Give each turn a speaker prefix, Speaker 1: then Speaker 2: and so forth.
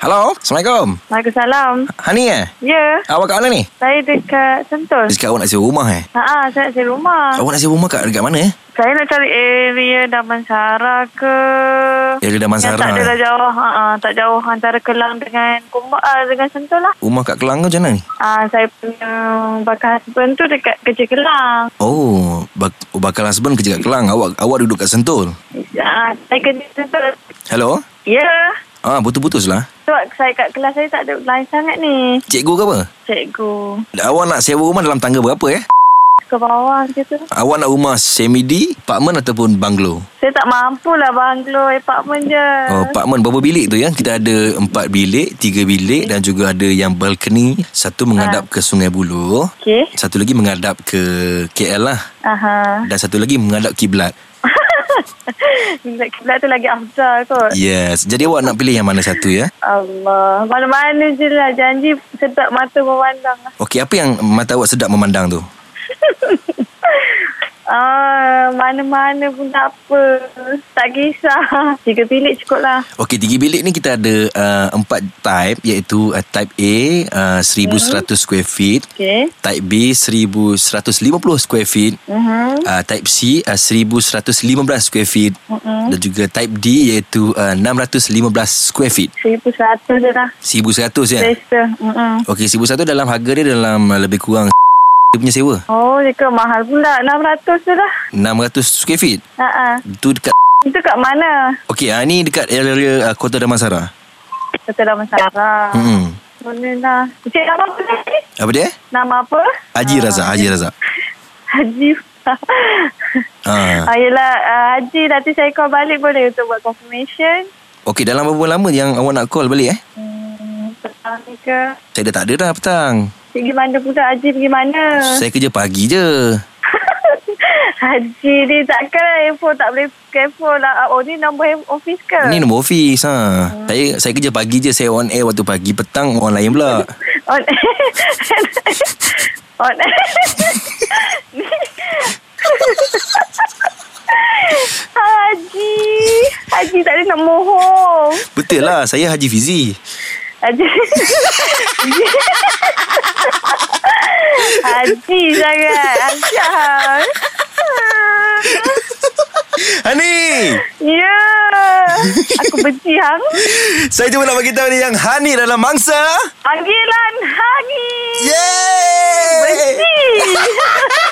Speaker 1: Hello, Assalamualaikum.
Speaker 2: Waalaikumsalam.
Speaker 1: Hani eh?
Speaker 2: Ya,
Speaker 1: Awak kat mana ni?
Speaker 2: saya dekat Sentul.
Speaker 1: Dia cakap awak nak sewa rumah eh?
Speaker 2: Haa, saya nak sewa rumah.
Speaker 1: Awak nak sewa rumah kat dekat mana eh?
Speaker 2: Saya nak cari area Damansara ke...
Speaker 1: Area Damansara,
Speaker 2: Yang tak
Speaker 1: eh?
Speaker 2: adalah jauh. Haa, tak jauh antara Kelang dengan Kumbak, ah, dengan Sentul lah.
Speaker 1: Rumah kat Kelang ke macam mana ni?
Speaker 2: Ah, saya punya bakal husband tu dekat kerja Kelang.
Speaker 1: Oh, bak- oh, bakal husband kerja kat Kelang. Awak awak duduk kat Sentul.
Speaker 2: Ah, saya kerja Sentul.
Speaker 1: Hello?
Speaker 2: Ya,
Speaker 1: Ah, putus-putus lah.
Speaker 2: sebab saya kat kelas saya tak ada lain sangat ni.
Speaker 1: Cikgu ke apa?
Speaker 2: Cikgu.
Speaker 1: Awak nak sewa rumah dalam tangga berapa eh?
Speaker 2: Ke bawah gitu.
Speaker 1: Awak nak rumah semi-D, apartment ataupun bungalow?
Speaker 2: Saya tak mampu lah banglo, apartment je.
Speaker 1: Oh, apartment berapa bilik tu ya? Kita ada empat bilik, tiga bilik dan juga ada yang balcony. Satu
Speaker 2: Ah.
Speaker 1: menghadap ke Sungai Buloh.
Speaker 2: Okey.
Speaker 1: Satu lagi menghadap ke KL lah.
Speaker 2: Aha.
Speaker 1: Dan satu lagi menghadap kiblat.
Speaker 2: Kiblat kiblat tu lagi afdal kot.
Speaker 1: Ya. Yes. Jadi awak nak pilih yang mana satu ya?
Speaker 2: Allah. Mana-mana je lah. Janji sedap mata memandang lah.
Speaker 1: Okey, apa yang mata awak sedap memandang tu?
Speaker 2: Ah, mana-mana pun tak apa. Tak kisah. Tiga bilik cukup lah.
Speaker 1: Okey, tiga bilik ni kita ada uh, empat type iaitu uh, type A uh, 1100 square feet,
Speaker 2: Okay.
Speaker 1: type B 1150 square feet,
Speaker 2: Uh-huh.
Speaker 1: uh, type C uh, 1115 square feet
Speaker 2: Mm-mm.
Speaker 1: dan juga type D iaitu uh, 615 square feet.
Speaker 2: Seribu seratus je lah. Mhm.
Speaker 1: 1100 ya.
Speaker 2: Selesa. Mm-mm.
Speaker 1: Okey, 1100 dalam harga dia dalam uh, lebih kurang dia punya sewa.
Speaker 2: Oh, je ke mahal pula. Enam ratus je lah.
Speaker 1: 600 square feet.
Speaker 2: Uh-uh.
Speaker 1: Tu dekat
Speaker 2: Itu kat mana?
Speaker 1: Okey, ah, ni dekat area uh, Kota Damansara.
Speaker 2: Kota Damansara. Hmm.
Speaker 1: Hmm.
Speaker 2: Mana lah. Cik nama apa tadi?
Speaker 1: Apa dia?
Speaker 2: Nama apa?
Speaker 1: Haji Razak, Haji Razak.
Speaker 2: Haji.
Speaker 1: Ah.
Speaker 2: Ah, yelah, ah, Haji nanti saya call balik boleh untuk buat confirmation.
Speaker 1: Okey, dalam berapa lama yang awak nak call balik eh?
Speaker 2: Hmm, petang ni ke?
Speaker 1: Saya dah tak ada dah petang.
Speaker 2: Cik pergi mana pula Haji pergi mana?
Speaker 1: Saya kerja pagi je.
Speaker 2: Haji ni takkan handphone tak boleh pakai handphone lah. Ah, Oh ni nombor hand- office ke?
Speaker 1: Ni nombor office ha. Saya saya kerja pagi je, saya on air waktu pagi, petang orang lain pula.
Speaker 2: On On Ni- Haji Haji tak ada nak mohon
Speaker 1: Betul lah, saya Haji Fizi.
Speaker 2: Haji Haji sangat Aisyah
Speaker 1: Hani!
Speaker 2: Ya Aku benci hang
Speaker 1: Saya cuma nak beritahu ni yang Hani dalam mangsa.
Speaker 2: lah, Panggilan Hangi
Speaker 1: Yeay!
Speaker 2: Benci